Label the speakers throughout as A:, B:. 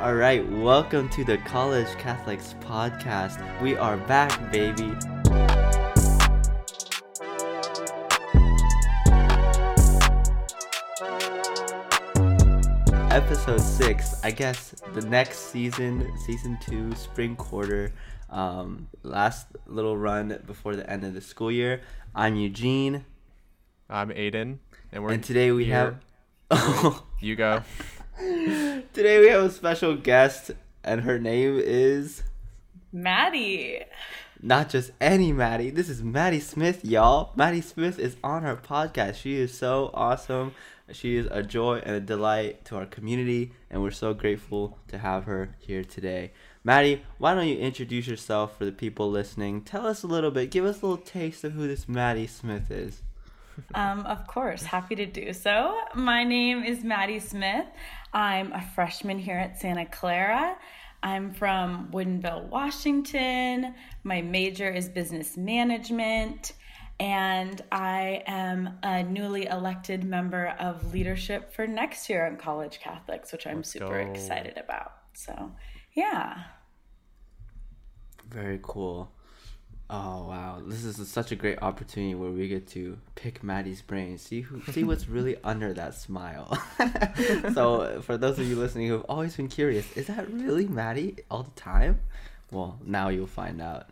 A: All right, welcome to the College Catholics podcast. We are back, baby. Episode 6, I guess the next season, season 2, spring quarter, um, last little run before the end of the school year. I'm Eugene,
B: I'm Aiden, and we're
A: and today we
B: here.
A: have.
B: you go.
A: Today we have a special guest, and her name is
C: Maddie.
A: not just any Maddie. This is Maddie Smith, y'all. Maddie Smith is on our podcast. She is so awesome. She is a joy and a delight to our community, and we're so grateful to have her here today. Maddie, why don't you introduce yourself for the people listening? Tell us a little bit. Give us a little taste of who this Maddie Smith is.
C: Um, of course, happy to do so. My name is Maddie Smith. I'm a freshman here at Santa Clara. I'm from Woodinville, Washington. My major is business management. And I am a newly elected member of leadership for next year on College Catholics, which I'm super
B: go.
C: excited about. So, yeah.
A: Very cool. Oh wow, this is such a great opportunity where we get to pick Maddie's brain, see who, see what's really under that smile. so for those of you listening who've always been curious, is that really Maddie all the time? Well, now you'll find out.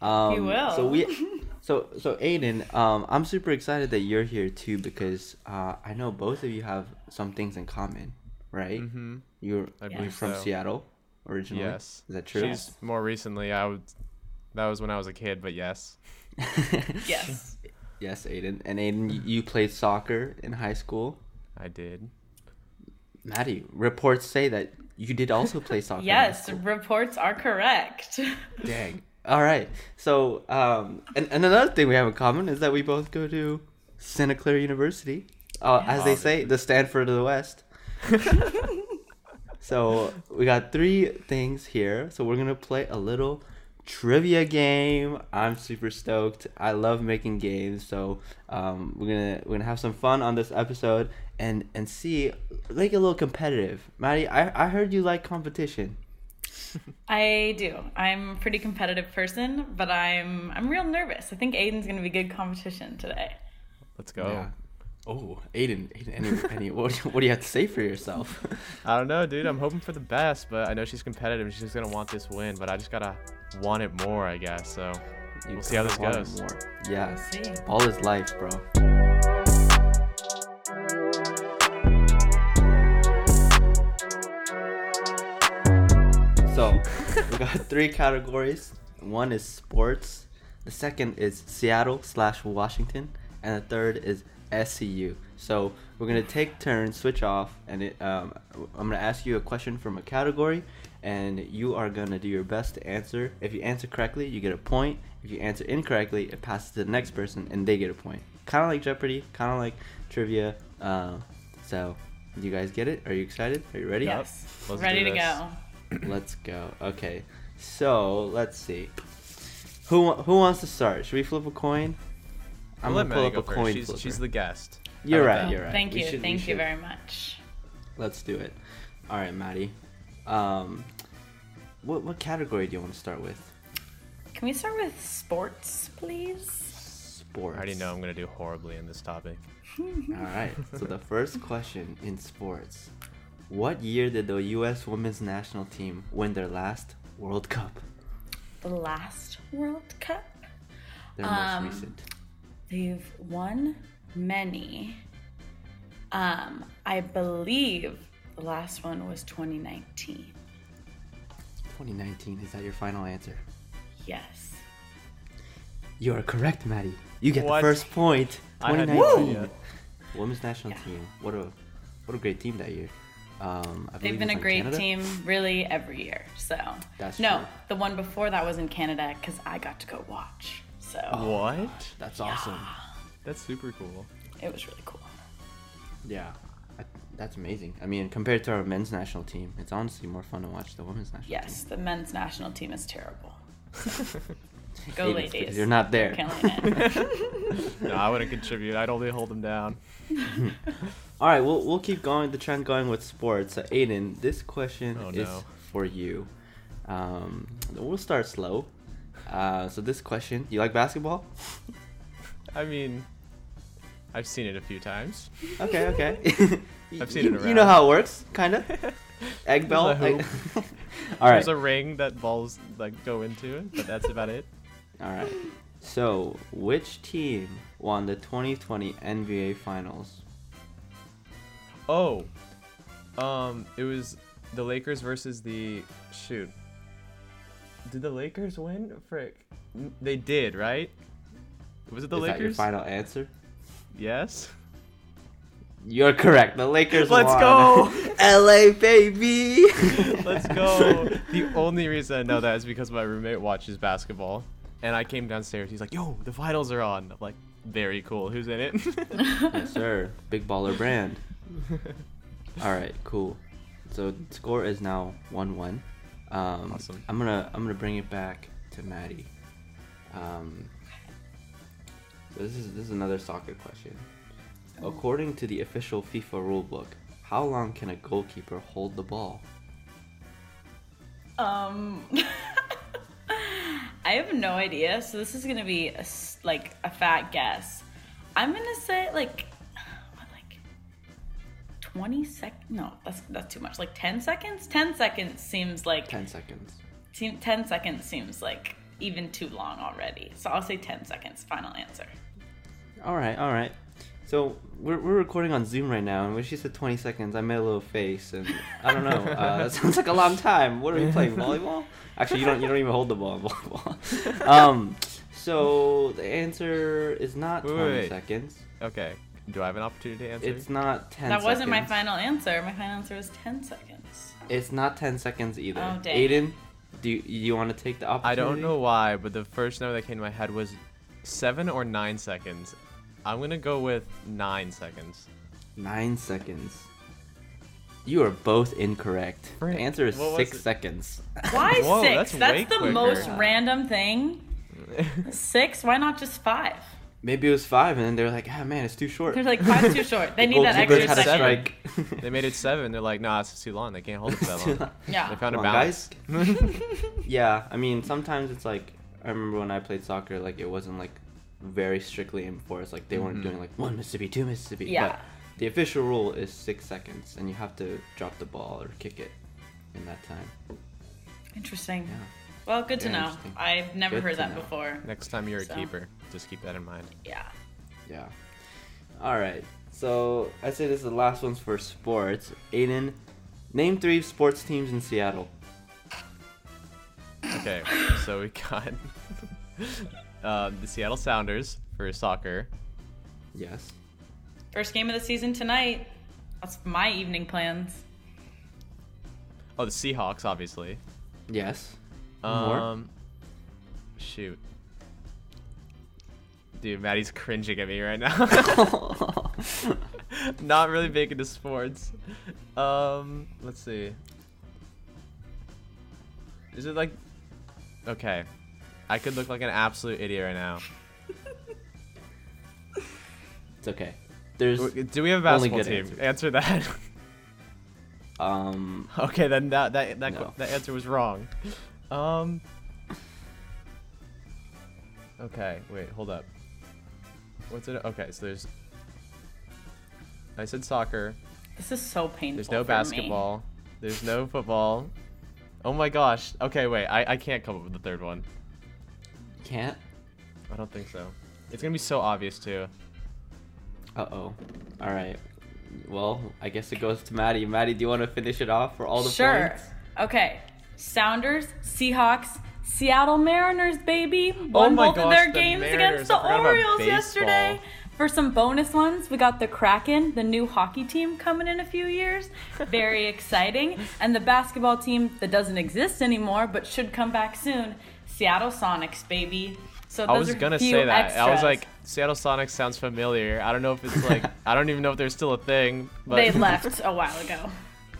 A: Um, So
C: will.
A: we, so so Aiden, um, I'm super excited that you're here too because uh, I know both of you have some things in common, right?
B: hmm
A: You're
B: I
A: you're
B: believe
A: from
B: so.
A: Seattle originally.
B: Yes.
A: is that true?
B: She's more recently. I would. That was when I was a kid, but yes.
C: Yes.
A: Yes, Aiden. And Aiden, y- you played soccer in high school.
B: I did.
A: Maddie, reports say that you did also play soccer. in high
C: Yes,
A: school.
C: reports are correct.
A: Dang. All right. So, um, and, and another thing we have in common is that we both go to Santa Clara University. Uh, As they say, the Stanford of the West. so, we got three things here. So, we're going to play a little trivia game. I'm super stoked. I love making games. So, um, we're going to we're going to have some fun on this episode and and see make it a little competitive. Maddie, I I heard you like competition.
C: I do. I'm a pretty competitive person, but I'm I'm real nervous. I think Aiden's gonna be good competition today.
B: Let's go.
A: Yeah. Oh, Aiden, Aiden, any, any, what, do you- what do you have to say for yourself?
B: I don't know, dude. I'm hoping for the best, but I know she's competitive. and She's gonna want this win, but I just gotta want it more, I guess. So
A: You
B: we'll see how this
A: kinda want
B: goes.
A: More. Yeah,
C: We'll see.
A: all his life, bro. So, we got three categories. One is sports. The second is Seattle slash Washington, and the third is SCU. So we're gonna take turns, switch off, and it, um, I'm gonna ask you a question from a category, and you are gonna do your best to answer. If you answer correctly, you get a point. If you answer incorrectly, it passes to the next person, and they get a point. Kind of like Jeopardy, kind of like trivia. Uh, so, do you guys get it? Are you excited? Are you ready?
C: Yes.
B: Let's
C: Ready
B: do
C: to
B: this.
C: go.
A: Let's go. Okay, so let's see. Who wa- who wants to start? Should we flip a coin?
B: I'll
A: I'm
B: let
A: gonna pull
B: Maddie
A: up
B: go
A: a
B: first.
A: coin
B: She's,
A: flipper.
B: she's the guest.
A: You're
B: How
A: right,
B: about
A: you're right.
C: Thank
A: We
C: you,
A: should- we
C: thank you
A: should.
C: very much.
A: Let's do it. All right, Maddie. Um, what what category do you want to start with?
C: Can we start with sports, please?
A: Sports.
B: I already know I'm gonna do horribly in this topic.
A: All right. So the first question in sports: What year did the U.S. women's national team win their last World Cup?
C: The last World Cup.
A: Their
C: Um,
A: most recent.
C: They've won many. Um, I believe the last one was 2019.
A: 2019. Is that your final answer?
C: Yes.
A: You are correct, Maddie. You get
B: What?
A: the first point.
B: I had no
A: 2019.
B: idea.
A: Women's national
C: Yeah.
A: team. What a what a great team that year. Um, I believe
C: They've
A: it
C: been
A: was
C: a
A: on
C: great
A: Canada?
C: team really every year. So
A: That's
C: no,
A: true.
C: the one before that was in Canada because I got to go watch. So
A: Oh.
B: What?
A: That's awesome.
B: That's super cool.
C: it was really cool.
A: Yeah. I- That's amazing. I mean, compared to our men's national team, it's honestly more fun to watch the women's national
C: Yes, the men's national team is terrible. Go
A: Even if
C: ladies.
A: You're not there.
C: Killing
B: No, I wouldn't contribute. I'd only hold them down.
C: it.
A: All right, we'll we'll keep going the trend going with sports. So Aiden, this question
B: Oh,
A: is
B: no.
A: for you. Um, we'll start slow. Uh, so this question, you like basketball?
B: I mean, I've seen it a few times.
A: Okay, okay.
B: I've seen
A: you,
B: it
A: You know
B: around.
A: how it works, kind of. Egg bell.
B: There's a
A: egg- All right.
B: There's a ring that balls like go into it, but that's about it.
A: All right. So, which team won the 2020 NBA Finals?
B: Oh, um, it was the Lakers versus the shoot. Did the Lakers win? Frick, N- they did, right? Was it the
A: is
B: Lakers?
A: that your final answer?
B: Yes.
A: You're correct. The Lakers
B: Let's
A: won.
B: go.
A: LA baby.
B: Let's go. the only reason I know that is because my roommate watches basketball, and I came downstairs. He's like, "Yo, the finals are on." I'm like, very cool. Who's in it?
A: yes, sir. Big baller brand. All right, cool. So the score is now one-one. Um,
B: Awesome.
A: I'm gonna I'm gonna bring it back to Maddie. Um, so this is this is another soccer question. According to the official FIFA rulebook, how long can a goalkeeper hold the ball?
C: Um, I have no idea. So this is gonna be a s like a fat guess. I'm gonna say like, what, like twenty sec. No, that's that's too much. Like ten seconds. Ten seconds seems like
A: Ten seconds.
C: seem, ten seconds seems like even too long already. So I'll say ten seconds. Final answer.
A: All right, all right. So we're, we're recording on Zoom right now, and when she said 20 seconds, I made a little face, and I don't know. Uh, that sounds like a long time. What are we playing volleyball? Actually, you don't you don't even hold the ball in volleyball. Um, so the answer is not
B: Wait, wait,
A: 20
B: wait.
A: seconds.
B: okay. Do I have an opportunity to answer?
A: It's not 10.
C: that wasn't my
A: seconds.
C: final answer. My final answer was ten seconds.
A: It's not 10 seconds either.
C: Oh, dang.
A: Aiden, do you, you want to take the
B: I
A: opportunity?
B: don't know why, but the first number that came to my head was seven or nine seconds. I'm gonna go with nine seconds.
A: Nine seconds. You are both incorrect.
B: Frick.
A: The answer is
B: What was
A: six
B: it?
A: seconds.
C: Why
B: Whoa,
C: six?
B: that's
C: That's
B: way
C: the
B: quicker.
C: most
A: Yeah.
C: random thing. Six? Why not just five?
A: Maybe it was five, and then they were like, ah, man, it's too short.
C: They're like five's too short. They need that
A: Goalkeepers
C: extra
A: had a
C: second.
A: strike.
B: they made it seven. They're like, nah, it's too long. They can't hold it for that long. They
C: Yeah.
B: found a
A: Come on,
B: balance.
A: yeah, I mean, sometimes it's like, I remember when I played soccer, like, it wasn't like very strictly enforced. Like, they weren't doing like one Mississippi, two Mississippi.
C: Yeah.
A: But the official rule is six seconds, and you have to drop the ball or kick it in that time.
C: Interesting.
A: Yeah.
C: Well, good to
A: Very
C: know.
A: interesting.
C: I've never
A: Good
C: heard
A: to
C: that
A: know.
C: before.
B: Next time you're a
C: So.
B: keeper, just keep that in mind.
C: Yeah.
A: Yeah. All right. So I say this is the last one's for sports. Aiden, name three sports teams in Seattle.
B: Okay, so we got uh, the Seattle Sounders for soccer.
A: Yes.
C: First game of the season tonight. That's my evening plans.
B: Oh, the Seahawks, obviously.
A: Yes. More?
B: Um, shoot. Dude, Maddie's cringing at me right now. Not really big into sports. Um, let's see. Is it like okay? I could look like an absolute idiot right now.
A: It's okay. There's
B: W- Do we have a
A: Only
B: basketball
A: good answers.
B: team? Answer that.
A: um
B: okay, then that that that,
A: No.
B: that answer was wrong. Um. Okay, wait, hold up. What's it? Okay, so there's. I said soccer.
C: This is so painful.
B: There's no
C: for me.
B: basketball. There's no football. Oh my gosh. Okay, wait. I, I can't come up with the third one.
A: can't.
B: I don't think so. It's gonna be so obvious too.
A: Uh oh. All right. Well, I guess it goes to Maddie. Maddie, do you want to finish it off for all the
C: Sure.
A: points?
C: Okay. Sounders, Seahawks, Seattle Mariners, baby.
B: Oh
C: Won
B: my
C: both of
B: gosh,
C: their
B: the
C: games
B: Mariners.
C: against the
B: I forgot about
C: Orioles
B: baseball.
C: yesterday. For some bonus ones, we got the Kraken, the new hockey team coming in a few years. Very exciting. And the basketball team that doesn't exist anymore but should come back soon, Seattle Sonics, baby. So those
B: I was
C: are
B: gonna
C: few
B: say that. I was
C: extras.
B: like, Seattle Sonics sounds familiar. I don't know if it's like I don't even know if they're still a thing. But
C: they left a while ago.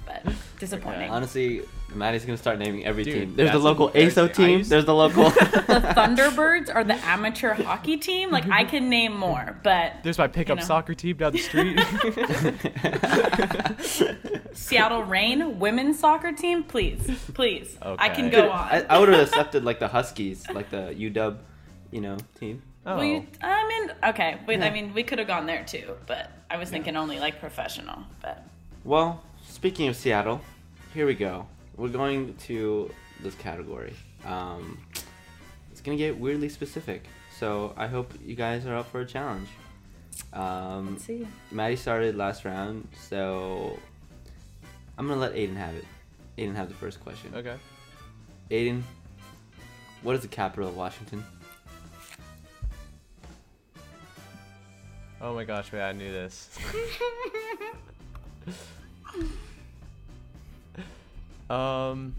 C: But disappointing.
A: Honestly, Maddie's gonna start naming every
B: Dude,
A: team. There's the
B: that's
A: local
B: embarrassing.
A: ASO
B: I
A: team.
B: used-
A: There's the local.
C: The Thunderbirds are the amateur hockey team. Like I can name more, but
B: There's my pickup
C: know.
B: soccer team down the street.
C: Seattle Rain women's soccer team, please, please. I can
B: Okay.
C: go on.
A: I, I would have accepted like the Huskies, like the UW, you know, team.
B: oh.
C: Well, you, I mean, okay, but I mean, we could have gone there too, but I was thinking only like professional. But
A: Well, speaking of Seattle, here we go. We're going to this category. Um, it's gonna get weirdly specific, so I hope you guys are up for a challenge. Um,
C: let's see,
A: Maddie started last round, so I'm gonna let Aiden have it. Aiden have the first question.
B: Oh, Okay.
A: Aiden, what is the capital of Washington?
B: Oh my gosh, wait, I knew this. um.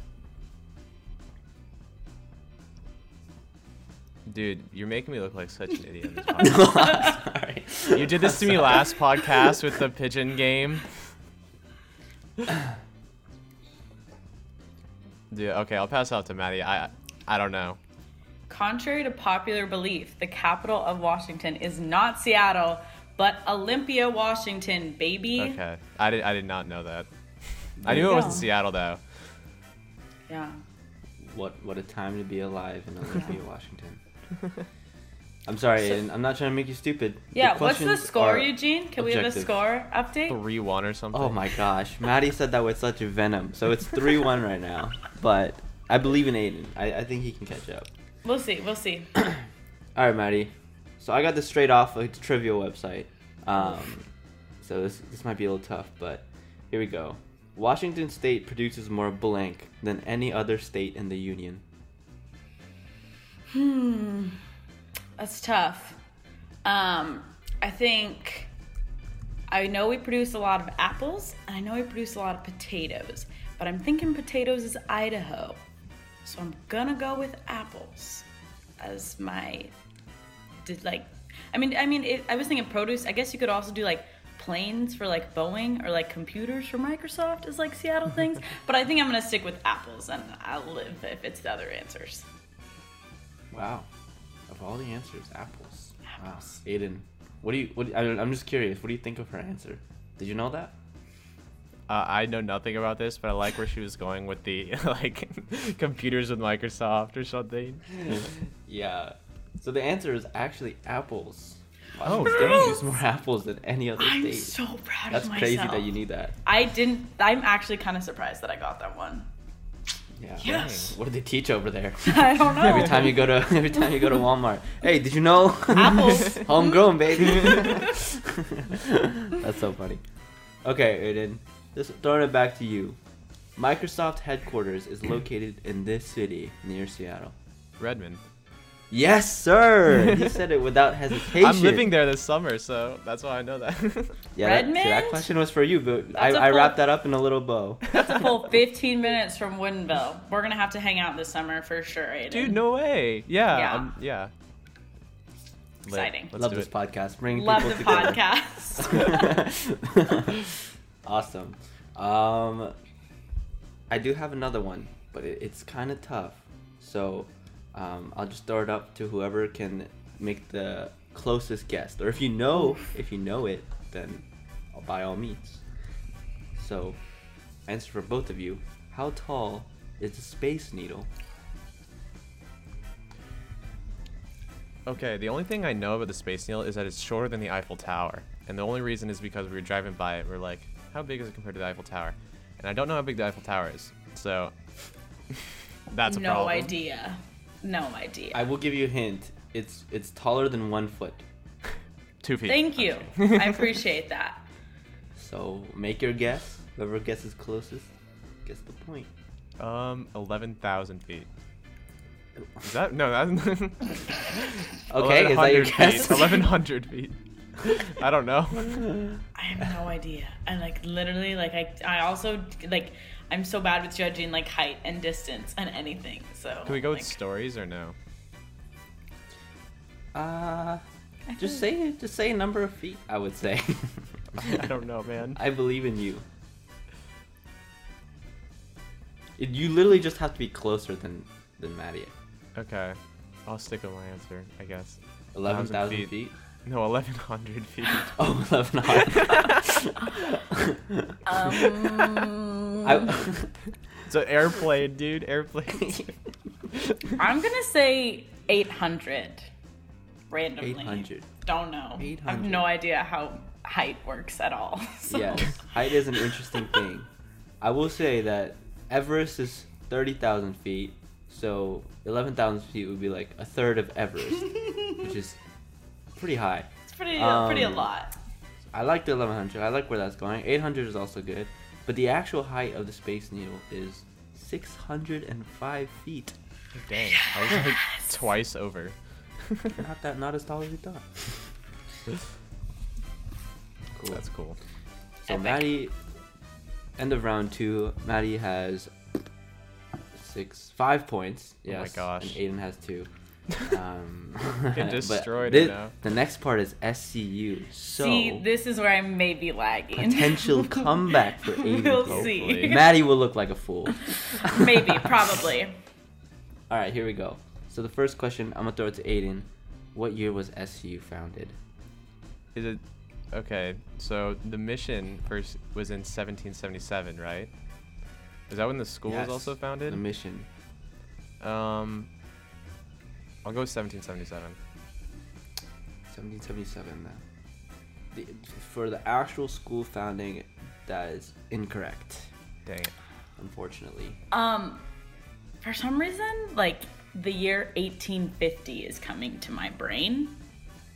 B: Dude, you're making me look like such an idiot. in this podcast.
A: Sorry.
B: You did this to me last podcast with the pigeon game. Dude, okay, I'll pass off to Maddie. I I don't know.
C: contrary to popular belief, the capital of Washington is not Seattle, but Olympia, Washington, baby.
B: Okay. I did I did not know that. I
A: There
B: knew it
A: you
B: was in
C: go.
B: Seattle though.
C: Yeah.
A: What what a time to be alive in Olympia, Washington. I'm sorry, Aiden. I'm not trying to make you stupid.
C: Yeah. what's the
A: questions
C: score,
A: are-
C: Eugene? Can we have a
A: objective.
C: score update?
B: Three one or something.
A: Oh my gosh, Maddie said that with such venom. So it's three one right now, but I believe in Aiden. I, I think he can catch up.
C: We'll see. We'll see.
A: All right, Maddie. So I got this straight off a trivia website. Um, so this this might be a little tough, but here we go. Washington State produces more blank than any other state in the union.
C: Hmm. That's tough. Um, I think I know we produce a lot of apples and I know we produce a lot of potatoes, but I'm thinking potatoes is Idaho. So I'm gonna go with apples as my did like I mean I mean it, I was thinking produce. I guess you could also do like planes for like Boeing or like computers for Microsoft is like Seattle things, but I think I'm gonna stick with apples and I'll live if it's the other answers.
A: Wow. Of all the answers, apples. Wow. Aiden, what do you? What? do- I, I'm just curious. What do you think of her answer? Did you know that?
B: Uh, I know nothing about this, but I like where she was going with the like computers with Microsoft or something.
A: Yeah. So the answer is actually apples.
B: Oh,
A: Washington State
B: dang.
A: uses more apples than any other
C: I'm
A: state.
C: so proud
A: That's
C: of myself.
A: crazy that you knew that.
C: I didn't. I'm actually kind of surprised that I got that one.
A: Yeah.
C: Yes.
A: What do they teach over there?
C: I don't know.
A: Every time you go to every time you go to Walmart. Hey, did you know
C: Apples.
A: homegrown baby? That's so funny. Okay, Aiden, this throwing it back to you. Microsoft headquarters is located in this city near Seattle.
B: Redmond.
A: Yes, sir. he said it without hesitation.
B: I'm living there this summer, so that's why I know that.
A: Yeah, that, see, that
C: Redmond?
A: question was for you, but I,
C: That's a
A: I
C: full-
A: wrapped that up in a little bow.
C: That's a full 15 minutes from Woodinville. We're gonna have to hang out this summer for sure, Aiden.
B: Dude, no way. Yeah.
C: Yeah.
B: um, yeah. Lit.
C: Exciting.
B: Let's
A: Love
B: do
A: this
B: it.
A: podcast. Bringing
C: Love the
A: people together.
C: podcast.
A: awesome. Um, I do have another one, but it, it's kind of tough. So um, I'll just throw it up to whoever can make the closest guess, or if you know, if you know it, then by all means. So, answer for both of you: How tall is the Space Needle?
B: Okay, the only thing I know about the Space Needle is that it's shorter than the Eiffel Tower. And the only reason is because we were driving by it, we are like, how big is it compared to the Eiffel Tower? And I don't know how big the Eiffel Tower is. So that's a
C: no
B: problem.
C: idea. No idea.
A: I will give you a hint. It's it's taller than one foot.
B: Two feet.
C: Thank you. I appreciate that.
A: So make your guess. Whoever guesses closest gets the point.
B: Um, 11,000 feet. Is that? No, that's.
A: Okay, is that your
B: 1100 feet.
A: guess?
B: 1,100 feet. I don't know.
C: I have no idea. I like literally like I I also like I'm so bad with judging like height and distance and anything. So
B: Can we go with
C: like,
B: stories or no?
A: Uh, just say just say number of feet. I would say.
B: I don't know, man.
A: I believe in you. It- You literally just have to be closer than than Maddie.
B: Okay, I'll stick with my answer, I guess.
A: Eleven thousand
B: feet.
A: feet.
B: No, 1,100 feet.
A: Oh, 1100.
C: Um,
A: I,
B: so airplane, dude, airplane.
C: I'm gonna say 800 randomly.
A: 800.
C: Don't know. I have
A: 800.
C: no idea how height works at all. So.
A: yes, height is an interesting thing. I will say that Everest is 30,000 feet, so 11,000 feet would be like a third of Everest, which is pretty high.
C: it's pretty uh,
A: Um,
C: pretty a lot.
A: I like the 1100, I like where that's going. 800 is also good, but the actual height of the Space Needle is 605 feet.
B: Dang, I was like twice over.
A: Not that, not as tall as you thought. Cool.
B: That's cool.
A: So
C: Epic.
A: Maddie, end of round two, Maddie has six, five points.
B: Oh my
A: Yes,
B: gosh.
A: And Aiden has two. Um,
B: Get
A: but
B: destroyed
A: thi-
B: now.
A: The next part is SCU. So
C: See, this is where I may be lagging.
A: potential comeback for Aiden.
C: We'll
B: hopefully.
C: see.
A: Maddie will look like a fool.
C: Maybe, probably.
A: All right, here we go. So the first question I'm gonna throw it to Aiden. What year was SCU founded?
B: Is it okay? So the mission first was in 1777, right? Is that when the school
A: Yes,
B: was also
A: The
B: founded?
A: mission.
B: Um, I'll go 1777.
A: 1777 then. The, for the actual school founding, that is incorrect,
B: Dang it.
A: unfortunately.
C: Um, for some reason, like the year 1850 is coming to my brain.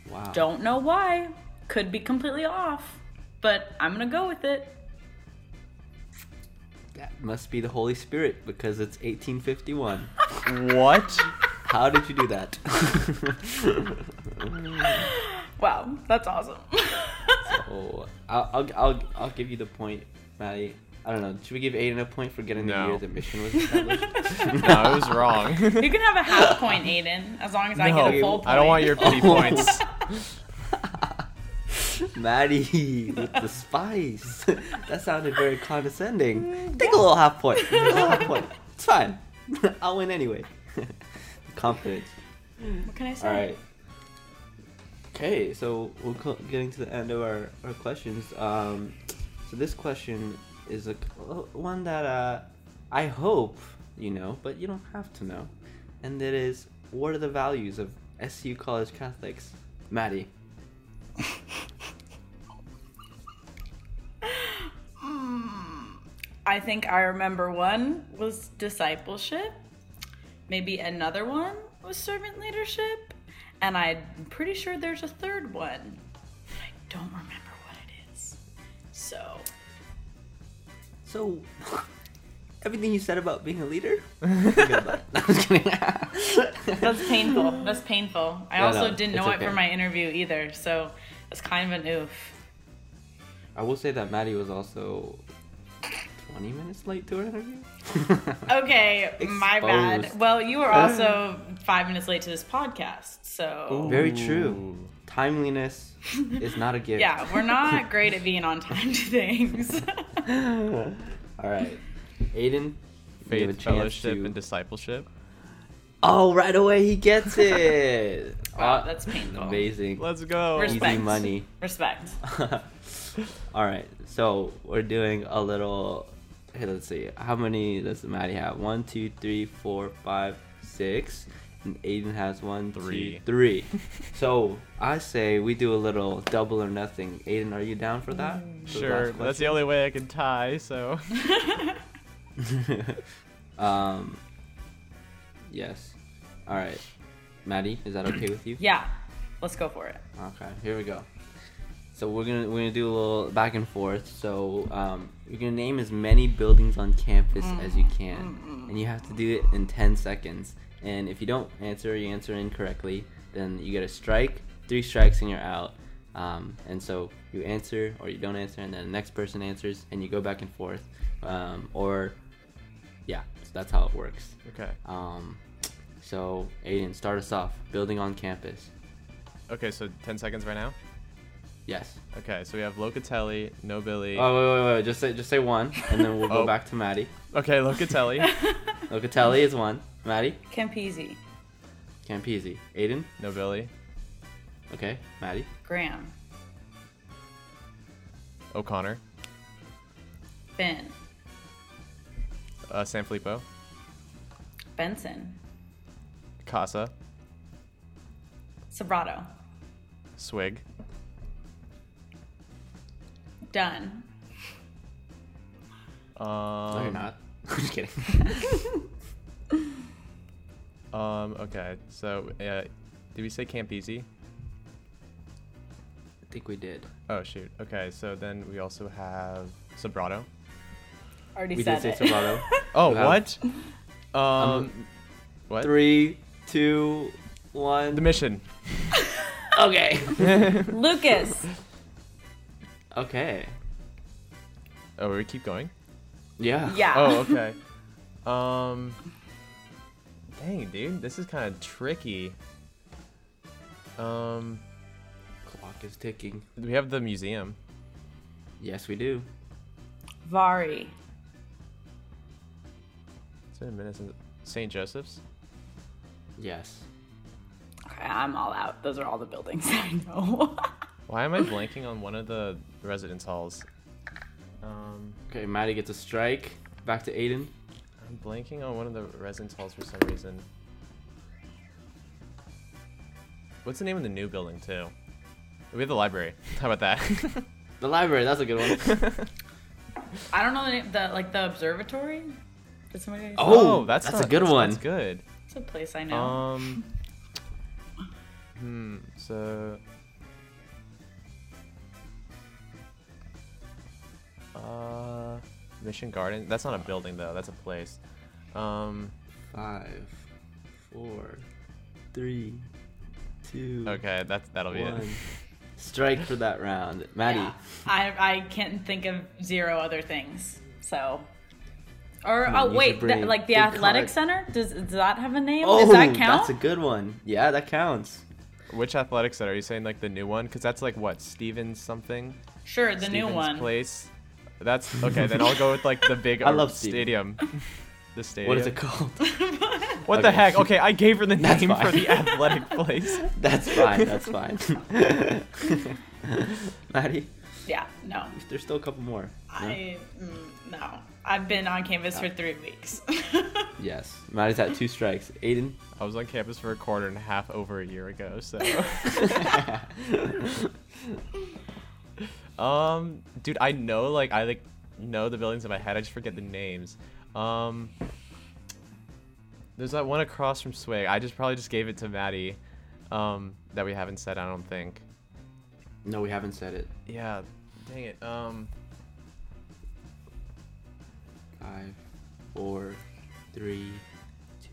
A: Wow.
C: Don't know why. Could be completely off, but I'm gonna go with it.
A: That must be the Holy Spirit because it's 1851.
B: What?
A: How did you do that?
C: Wow, that's awesome.
A: oh, I'll, I'll, I'll, I'll give you the point, Maddie. I don't know. Should we give Aiden a point for getting the
B: No.
A: year the mission was established?
B: no, I was wrong.
C: you can have a half point, Aiden, as long as I get a full
B: no,
C: point.
B: I don't want your pity points.
A: Maddie with the spice. that sounded very condescending. Take a little half point. Take a little half point. It's fine. I'll win anyway. Confidence.
C: What can I say?
A: All right. Okay, so we're co- getting to the end of our, our questions. Um, so this question is a c- one that uh, I hope you know, but you don't have to know, and that is, what are the values of SU College Catholics, Maddie?
C: I think I remember one was discipleship. Maybe another one was servant leadership. And I'm pretty sure there's a third one. But I don't remember what it is. So,
A: So, everything you said about being a leader? Forget about it. I'm just kidding.
C: that's painful. That's painful. I
A: No,
C: also
A: no,
C: didn't
A: it's
C: know it
A: okay.
C: for my interview either. So, that's kind of an oof.
A: I will say that Maddie was also 20 minutes late to her interview.
C: Okay, my bad.
A: Exposed.
C: Well, you were also five minutes late to this podcast. So,
A: Very true. Timeliness is not a gift.
C: yeah, we're not great at being on time to things.
A: All right. Aiden, you have a
B: Faith,
A: chance
B: fellowship,
A: to-
B: and discipleship.
A: Oh, right away he gets it.
C: Wow,
A: Ah,
C: that's painful.
A: Amazing.
B: Let's go.
C: Respect.
A: Easy money.
C: Respect.
A: All right, so we're doing a little. Hey, let's see. How many does Maddie have? One, two, three, four, five, six, and Aiden has one, two,
B: Three.
A: three. so I say we do a little double or nothing. Aiden, are you down for that? For the
B: Sure,
A: last
B: that's the only way I can tie. So
A: question? um. Yes. All right, Maddie, is that okay with you?
C: Yeah, let's go for it.
A: Okay, here we go. So we're gonna we're gonna do a little back and forth. So um, you're gonna name as many buildings on campus as you can, and you have to do it in ten seconds. And if you don't answer, you answer incorrectly, then you get a strike. Three strikes and you're out. Um, and so you answer or you don't answer, and then the next person answers, and you go back and forth. Um, or yeah, so that's how it works.
B: okay,
A: Um, so Aiden, start us off. Building on campus.
B: okay. So ten seconds right now.
A: Yes.
B: Okay, so we have Locatelli, Nobili.
A: Oh wait, wait, wait. Just say just say one, and then we'll go
B: Oh.
A: back to Maddie.
B: Okay, Locatelli,
A: Locatelli is one. Maddie,
C: Campese,
A: Campese, Aiden.
B: Nobili,
A: Okay, Maddie,
C: Graham,
B: O'Connor,
C: Finn,
B: uh, Sanfilippo,
C: Benson,
B: Casa,
C: Sabrato,
B: Swig,
C: Dunn,
B: um,
A: no, you're not. I'm just kidding.
B: Um. Okay. So, uh, did we say Campese?
A: I think we did.
B: Oh shoot. Okay. So then we also have Sobrato.
C: Already
A: we
C: said
A: did say
C: it.
A: Sabato.
B: Oh
A: You have-
B: what? Um. what?
A: Three, two, one.
B: The mission.
A: okay.
C: Lucas,
A: okay.
B: Oh, we keep going.
A: Yeah.
C: yeah.
B: Oh, okay. um. Dang, dude, this is kind of tricky. Um.
A: Clock is ticking.
B: We have the museum.
A: Yes, we do.
C: Vari,
B: It's been a minute since St. Joseph's.
A: Yes.
C: Okay, I'm all out. Those are all the buildings I know.
B: Why am I blanking on one of the residence halls? Um.
A: Okay, Maddie gets a strike. Back to Aiden.
B: I'm blanking on one of the residence halls for some reason. What's the name of the new building too? We have the library. How about that?
A: The library. That's a good one.
C: I don't know the, name, the like the observatory. Did somebody?
A: Oh, that's a
B: not-
A: good one.
B: That's good.
C: It's a place I know.
B: Um. hmm. So. Uh, Mission Garden. That's not a building though. That's a place. Um.
A: Five, four, three, two.
B: Okay. That's that'll be
A: One.
B: it.
A: Strike for that round. Maddie.
C: Yeah. I I can't think of zero other things. So. Or
A: Come on,
C: oh
A: use your
C: wait, the,
A: brain.
C: like the
A: Think
C: athletic
A: hard.
C: center does does that have a name?
A: Oh,
C: does that count?
A: that's a good one. Yeah, that counts.
B: Which athletic center? Are you saying like the new one? Because that's like what Stevens something.
C: sure, the new
B: Stevens
C: one.
B: Place. That's okay. Then I'll go with like the big.
A: I love Stevens.
B: stadium. the stadium.
A: What is it called?
B: What the
A: Okay.
B: heck? Okay, I gave her the
A: That's
B: name for
A: fine.
B: the athletic place.
A: that's fine. That's fine. Maddie,
C: yeah, no,
A: there's still a couple more. No?
C: I mm, no. I've been on campus for three weeks.
A: Yes. Maddie's at two strikes. Aiden.
B: I was on campus for a quarter and a half over a year ago. So, um, dude, I know like I like know the buildings in my head. I just forget the names. Um, there's that one across from Swig. I just probably just gave it to Maddie. Um, that we haven't said. I don't think.
A: No, we haven't said it.
B: Yeah, dang it. Um,
A: Five, four, three,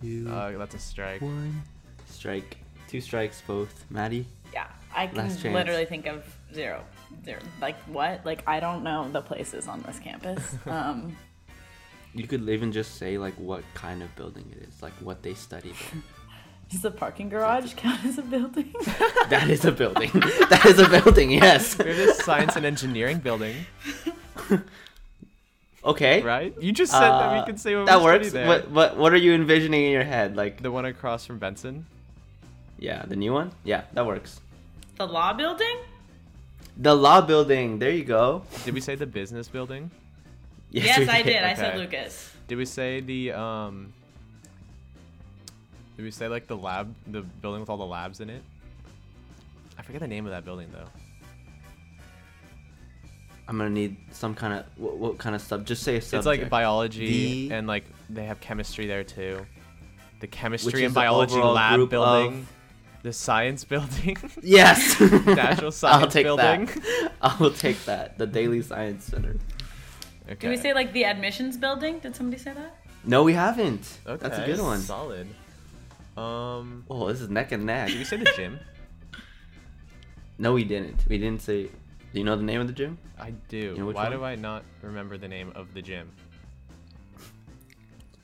A: two,
B: uh, that's a strike.
A: one. Strike. Two strikes both. Maddie.
C: yeah, I can
A: Last chance.
C: literally think of zero, zero. Like what? Like I don't know the places on this campus. Um,
A: You could even just say like what kind of building it is, like what they study there.
C: does the parking garage count as a building?
A: that is a building. that is a building. Yes.
B: We have this science and engineering building,
A: Okay.
B: right? You just said that
A: Uh,
B: we could say what
A: that
B: we
A: works.
B: study there.
A: What what what are you envisioning in your head? Like
B: The one across from Benson.
A: yeah, the new one. Yeah, that works.
C: the law building?
A: The law building. There you go.
B: Did we say the business building?
C: Yes,
A: we
C: I did. I said
B: Okay.
C: Lucas.
B: Did we say the um? Did we say like the lab, the building with all the labs in it? I forget the name of that building though.
A: I'm gonna need some kind of what, what kind of sub? Just say a subject.
B: It's like biology
A: The-
B: and like they have chemistry there too. The
A: Which
B: chemistry
A: is
B: and
A: the
B: biology
A: overall
B: lab
A: group
B: building,
A: of-
B: the science building,
A: Yes.
B: natural science
A: I'll take
B: building.
A: that. I will take that. The Daily Science Center.
B: Okay.
C: Did we say like the admissions building? Did somebody say that?
A: No, we haven't.
B: Okay,
A: That's a good one.
B: Solid. Um,
A: Oh, this is neck and neck.
B: did we say the gym?
A: No, we didn't. We didn't say. Do you know the name of the gym?
B: I do.
A: know which
B: Why do
A: one?
B: I not remember the name of the gym?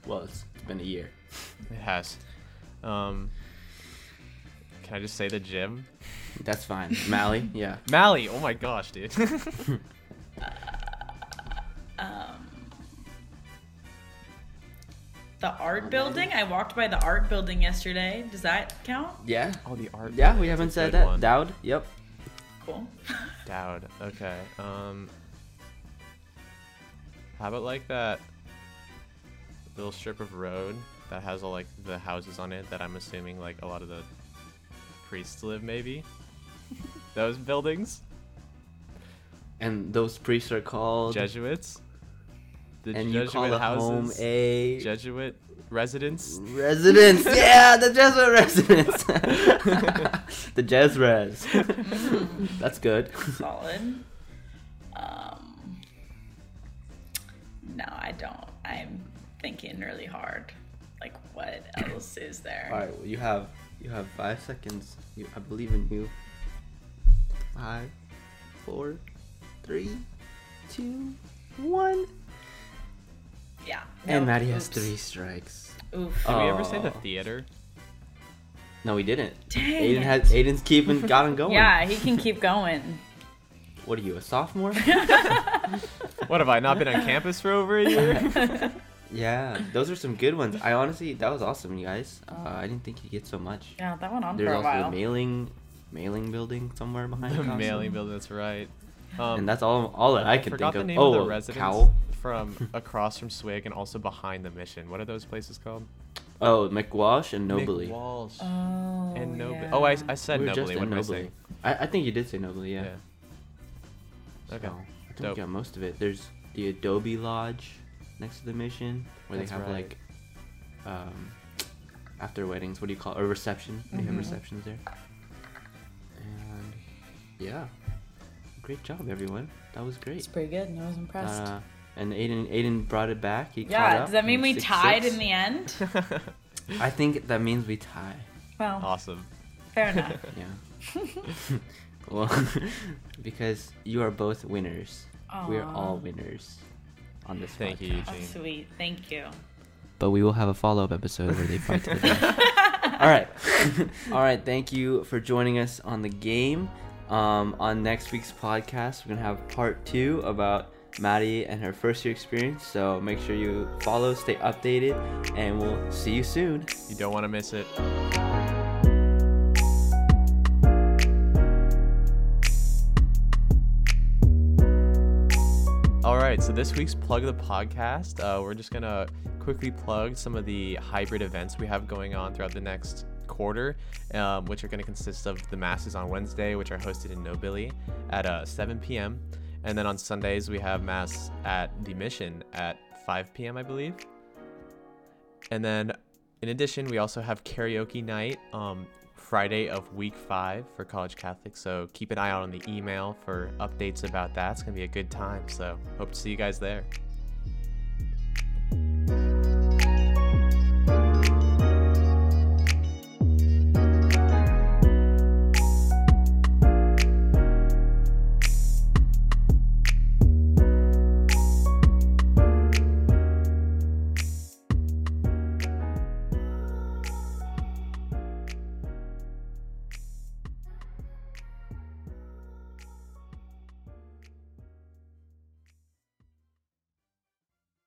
A: Well, it's been a year.
B: It has. Um, can I just say the gym?
A: That's fine. Mally, yeah.
B: Mally, oh my gosh, dude.
C: The art building. I walked by the art building yesterday. Does that count?
A: Yeah.
B: oh, the art.
A: Yeah,
B: building,
A: we
B: that's a
A: haven't said
B: good
A: that.
B: one.
A: Dowd, yep.
C: Cool.
B: Dowd. Okay. Um. How about like that little strip of road that has all like the houses on it that I'm assuming like a lot of the priests live maybe. Those buildings,
A: And those priests are called.
B: Jesuits. The
A: and you
B: Jesuit
A: call a
B: houses,
A: home a
B: Jesuit residence.
A: residence. yeah, the Jesuit residence. the Jez res. That's good.
C: Solid. Um, no, I don't. I'm thinking really hard. Like, what else is there?
A: All right, well, you have you have five seconds. You, I believe in you. Five, four, three, two, one.
C: Yeah.
A: And
C: no,
A: Maddie has
C: oops.
A: three strikes.
C: Oof.
B: Did we ever say the
A: Aw.
B: theater?
A: No, we didn't.
C: Dang
A: Aiden
C: it.
A: had Aiden's keeping got him going.
C: Yeah, he can keep going.
A: What are you, a sophomore?
B: What have I not been on campus for over a year?
A: yeah, those are some good ones. I honestly, that was awesome, you guys. Uh, I didn't think you'd get so much.
C: Yeah, that went on
A: There's
C: for a
A: also
C: while.
A: the mailing, mailing building somewhere behind
B: the
A: Costco.
B: mailing building. That's right. Um,
A: and that's all all that I, can
B: forgot
A: think of.
B: the name
A: oh,
B: of the
A: a
B: residence
A: cowl.
B: from across from Swig and also behind the mission. What are those places called?
A: Oh, McWalsh and Nobly.
B: Walsh.
C: Oh.
B: and Nobly.
C: Yeah.
B: Oh, I, I said
A: We were
B: Nobly.
A: just
B: What
A: in
B: am I
A: Nobly.
B: saying?
A: I, I think you did say Nobly, yeah.
B: Yeah. Okay.
A: So, I think
B: Dope.
A: you got most of it. There's the Adobe Lodge next to the mission where
B: That's
A: they have
B: right.
A: like um after weddings, what do you call it? Or reception. They
C: Mm-hmm.
A: have receptions there. And yeah. Great job everyone. That was
C: It's
A: great.
C: pretty good, and I was impressed.
A: Uh, and Aiden Aiden brought it back. He caught
C: yeah,
A: up
C: does that mean
A: in
C: we
A: six,
C: tied
A: six.
C: in the end?
A: I think that means we tie.
C: Well,
B: awesome.
C: fair enough.
A: Yeah. well, because you are both winners. We are all
C: Aw.
A: winners on this
B: Thank you,
A: podcast.
B: Eugene.
C: Oh, sweet. Thank you.
A: But we will have a follow up episode where they fight to the death. All right. All right. Thank you for joining us on the game. Um, on next week's podcast, we're going to have part two about Maddie and her first year experience. So make sure you follow, stay updated, and we'll see you soon.
B: You don't want to miss it. All right, so this week's plug of the podcast, uh, we're just gonna quickly plug some of the hybrid events we have going on throughout the next quarter, um, which are gonna consist of the masses on Wednesday, which are hosted in Nobility at uh, 7 p.m., and then on Sundays we have mass at the Mission at 5 p.m. I believe. And then, in addition, we also have karaoke night um, Friday of week five for College Catholic. So keep an eye out on the email for updates about that. It's going to be a good time. So hope to see you guys there.